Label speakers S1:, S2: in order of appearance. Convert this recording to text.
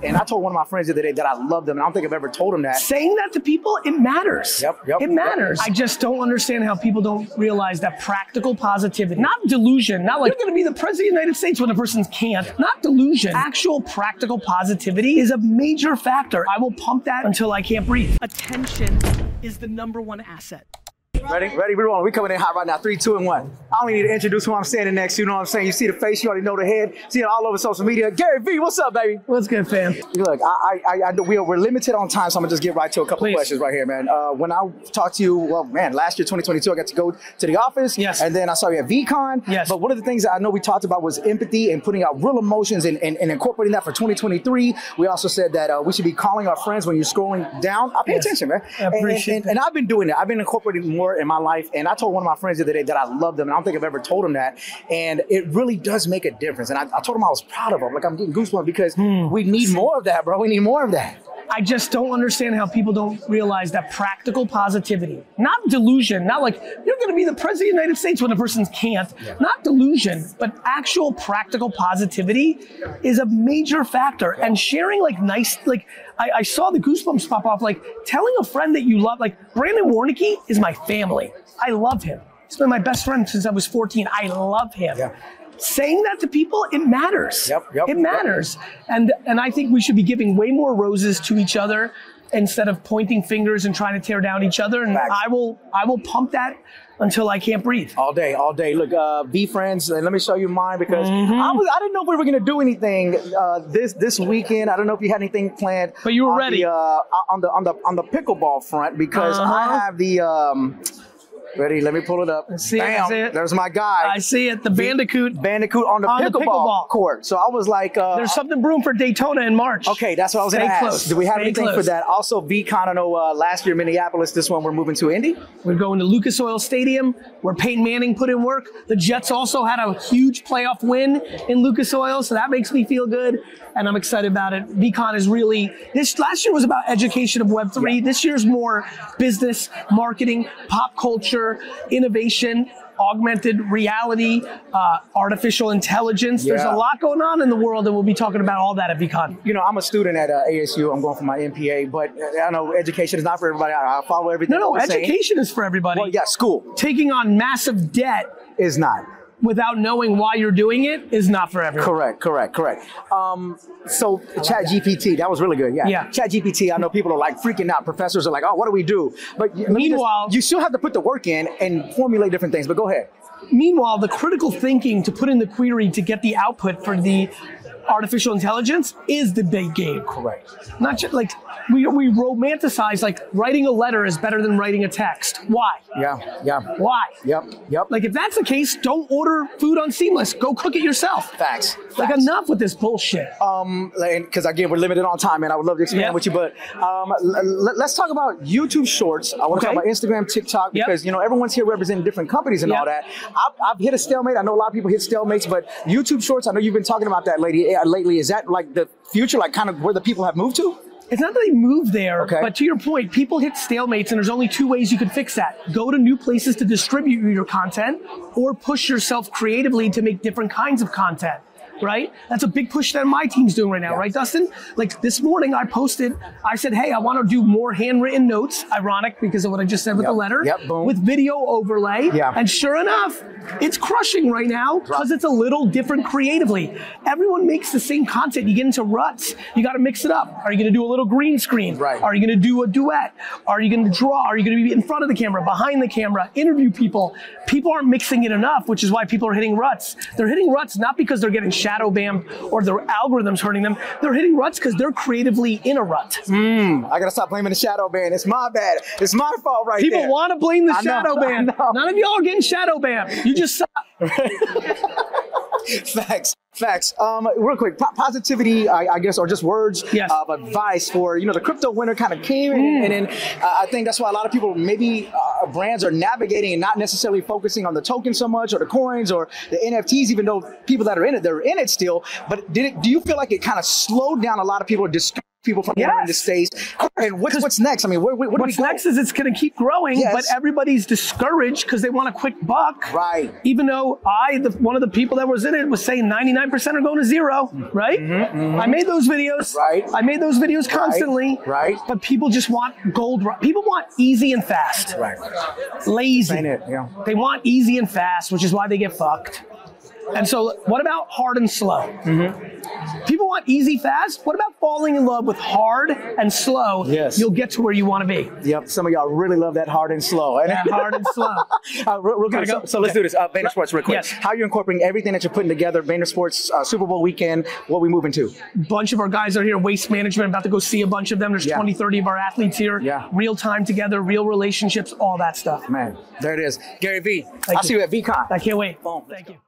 S1: I told one of my friends the other day that I love them, and I don't think I've ever told him that.
S2: Saying that to people, it matters.
S1: Yep, yep,
S2: It matters. I just don't understand how people don't realize that practical positivity, not delusion, not like you're going to be the president of the United States when the person can't, not delusion. Actual practical positivity is a major factor. I will pump that until I can't breathe. Attention is the number one asset.
S1: Ready, ready, we rolling. We coming in hot right now. Three, two, and one. I don't even need to introduce who I'm standing next to. You know what I'm saying? You see the face, you already know the head. See it all over social media. Gary V, what's up, baby?
S2: What's good, fam?
S1: Look, I, I, I, I we are, we're limited on time, so I'm gonna just get right to a couple
S2: Please.
S1: questions right here, man. Uh, when I talked to you, well, man, last year, 2022, I got to go to the office.
S2: Yes.
S1: And then I saw you at VCon.
S2: Yes.
S1: But one of the things that I know we talked about was empathy and putting out real emotions and, and, and incorporating that for 2023. We also said that uh, we should be calling our friends when you're scrolling down. I pay
S2: Yes.
S1: attention, man.
S2: I
S1: And- and-
S2: appreciate
S1: and- and I've been doing it. I've been incorporating more in my life. And I told one of my friends the other day that I love them. And I don't think I've ever told him that. And it really does make a difference. And I, I told him I was proud of him. Like I'm getting goosebumps because
S2: Hmm.
S1: we need more of that, bro. We need more of that.
S2: I just don't understand how people don't realize that practical positivity, not delusion, not like you're going to be the president of the United States when the person can't, not delusion, but actual practical positivity is a major factor. And sharing like nice, like I, I saw the goosebumps pop off, like telling a friend that you love, like Brandon Warnicki is my family. I love him. He's been my best friend since I was 14. I love him
S1: Yeah.
S2: saying that to people it matters
S1: Yep, yep,
S2: it matters and and i think we should be giving way more roses to each other instead of pointing fingers and trying to tear down each other and
S1: Facts.
S2: i will i will pump that until i can't breathe
S1: All day, all day. Look, uh, be friends, and let me show you mine because
S2: Mm-hmm.
S1: I was I didn't know if we were gonna do anything uh, this this weekend. I don't know if you had anything planned.
S2: But you were
S1: on
S2: ready.
S1: the, uh, on the on the on the pickleball front because
S2: Uh-huh.
S1: I have the. Um, ready? Let me pull it up.
S2: see it, I
S1: Bam,
S2: see it.
S1: There's my guy.
S2: i see it the bandicoot
S1: Bandicoot on the,
S2: On the
S1: pickleball,
S2: pickleball.
S1: court. So I was like, uh,
S2: there's something brewing for daytona in march
S1: okay, that's what I was
S2: Stay
S1: going to
S2: close.
S1: ask. Do we have
S2: Stay
S1: anything for
S2: close.
S1: that? Also, VCon, I know uh, last year Minneapolis, this one we're moving to Indy.
S2: We're going to Lucas Oil Stadium, where Peyton Manning put in work. The Jets also had a huge playoff win in Lucas Oil, so that makes me feel good, and I'm excited about it. VCon is really this last year was about education of Web three. This year's more business, marketing, pop culture, innovation. Augmented reality, uh, artificial intelligence. There's
S1: Yeah.
S2: a lot going on in the world, and we'll be talking about all that at VCon.
S1: You know, I'm a student at uh, ASU. I'm going for my MPA, but uh, I know education is not for everybody. I, I follow everything.
S2: No, no,
S1: you're saying.
S2: education is for everybody.
S1: Well, yeah, school
S2: Taking on massive debt
S1: is not.
S2: without knowing why you're doing it is not for everyone.
S1: Correct, correct, correct. Um, so Chat GPT, that was really good. Yeah.
S2: Yeah.
S1: Chat GPT, I know people are like freaking out. Professors are like, oh, what do we do? But y- let me just-
S2: Meanwhile-
S1: you still have to put the work in and formulate different things, but go ahead.
S2: Meanwhile, the critical thinking to put in the query to get the output for the artificial intelligence is the big game.
S1: Correct.
S2: Not just like we, we romanticize like writing a letter is better than writing a text. Why?
S1: Yeah, yeah.
S2: Why?
S1: Yep, yep.
S2: Like if that's the case, don't order food on Seamless. Go cook it yourself.
S1: Facts.
S2: Like
S1: Facts.
S2: enough with this bullshit.
S1: um, because again, we're limited on time, and I would love to expand
S2: Yeah.
S1: with you. But um, l- l- let's talk about YouTube Shorts. I want to
S2: Okay.
S1: talk about Instagram, TikTok,
S2: Yep.
S1: because you know everyone's here representing different companies and
S2: Yep.
S1: all that. I've, I've hit a stalemate. I know a lot of people hit stalemates, but YouTube Shorts. I know you've been talking about that lady uh, lately. Is that like the future, like kind of where the people have moved to?
S2: It's not that they move there,
S1: Okay.
S2: but to your point, people hit stalemates, and there's only two ways you can fix that: go to new places to distribute your content, or push yourself creatively to make different kinds of content. Right? That's a big push that my team's doing right now, right, Dustin? Like this morning, I posted, I said, "Hey, I want to do more handwritten notes." Ironic because of what I just said with
S1: Yep.
S2: the letter,
S1: Yep, boom.
S2: with video overlay,
S1: Yeah.
S2: and sure enough, it's crushing right now because it's a little different creatively. Everyone makes the same content. You get into ruts. You got to mix it up. Are you going to do a little green screen?
S1: Right.
S2: Are you going to do a duet? Are you going to draw? Are you going to be in front of the camera, behind the camera, interview people? People aren't mixing it enough, which is why people are hitting ruts. They're hitting ruts not because they're getting shadow banned or their algorithms hurting them. They're hitting ruts because they're creatively in a rut.
S1: I gotta stop blaming the shadow ban. It's my bad. It's my fault, right
S2: People
S1: there.
S2: want to blame the
S1: I know,
S2: shadow
S1: I
S2: ban.
S1: know.
S2: None of y'all are getting shadow banned. You just suck.
S1: Facts, facts. Um, real quick, po- positivity, I, I guess, or just words
S2: Yes. Mm.
S1: of advice for you know the crypto winter kind of came, and, and then uh, I think that's why a lot of people maybe uh, brands are navigating and not necessarily focusing on the token so much or the coins or the NFTs, even though people that are in it they're in it still. But did it? Do you feel like it kind of slowed down a lot of people? Discouraged people from around the
S2: Yes.
S1: states. And what's what's next? I mean, where, where, where
S2: What's
S1: do we go?
S2: next is it's going to keep growing,
S1: Yes.
S2: but everybody's discouraged because they want a quick buck.
S1: Right.
S2: Even though I, the, one of the people that was in it, was saying 99% are going to zero, right? I made those videos.
S1: Mm-hmm, Right.
S2: I made those videos constantly.
S1: right.
S2: But people just want gold. ru- People want easy and fast.
S1: Right.
S2: Lazy.
S1: Ain't it? Yeah.
S2: They want easy and fast, which is why they get fucked. And so, what about hard and slow?
S1: Mm-hmm.
S2: People want easy, fast. What about falling in love with hard and slow?
S1: Yes.
S2: You'll get to where you want to be.
S1: Yep. Some of y'all really love that hard and slow. And-
S2: Yeah, hard and slow.
S1: Uh, real, real quick.
S2: Gotta go.
S1: So, so let's do this. Uh, Vayner Sports, real quick.
S2: Yes.
S1: How you're incorporating everything that you're putting together, Vayner Sports, uh, Super Bowl weekend, what we moving to?
S2: bunch of our guys are here, waste management, about to go see a bunch of them. There's
S1: Yeah.
S2: 20, 30 of our athletes here.
S1: Yeah.
S2: Real time together, real relationships, all that stuff.
S1: Man, there it is. Gary V.
S2: Thank
S1: will
S2: you.
S1: see you at VCon.
S2: I can't wait.
S1: Boom.
S2: Thank you.